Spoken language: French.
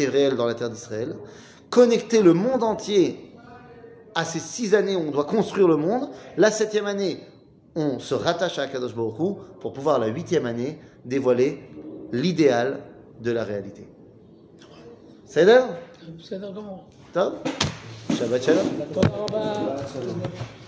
réel dans la terre d'Israël, connecter le monde entier à ces six années où on doit construire le monde. La septième année, on se rattache à Akadosh Baruch Hu pour pouvoir la huitième année dévoiler l'idéal de la réalité. C'est l'heure בסדר גמור. Top Shabbat Shalom תודה רבה.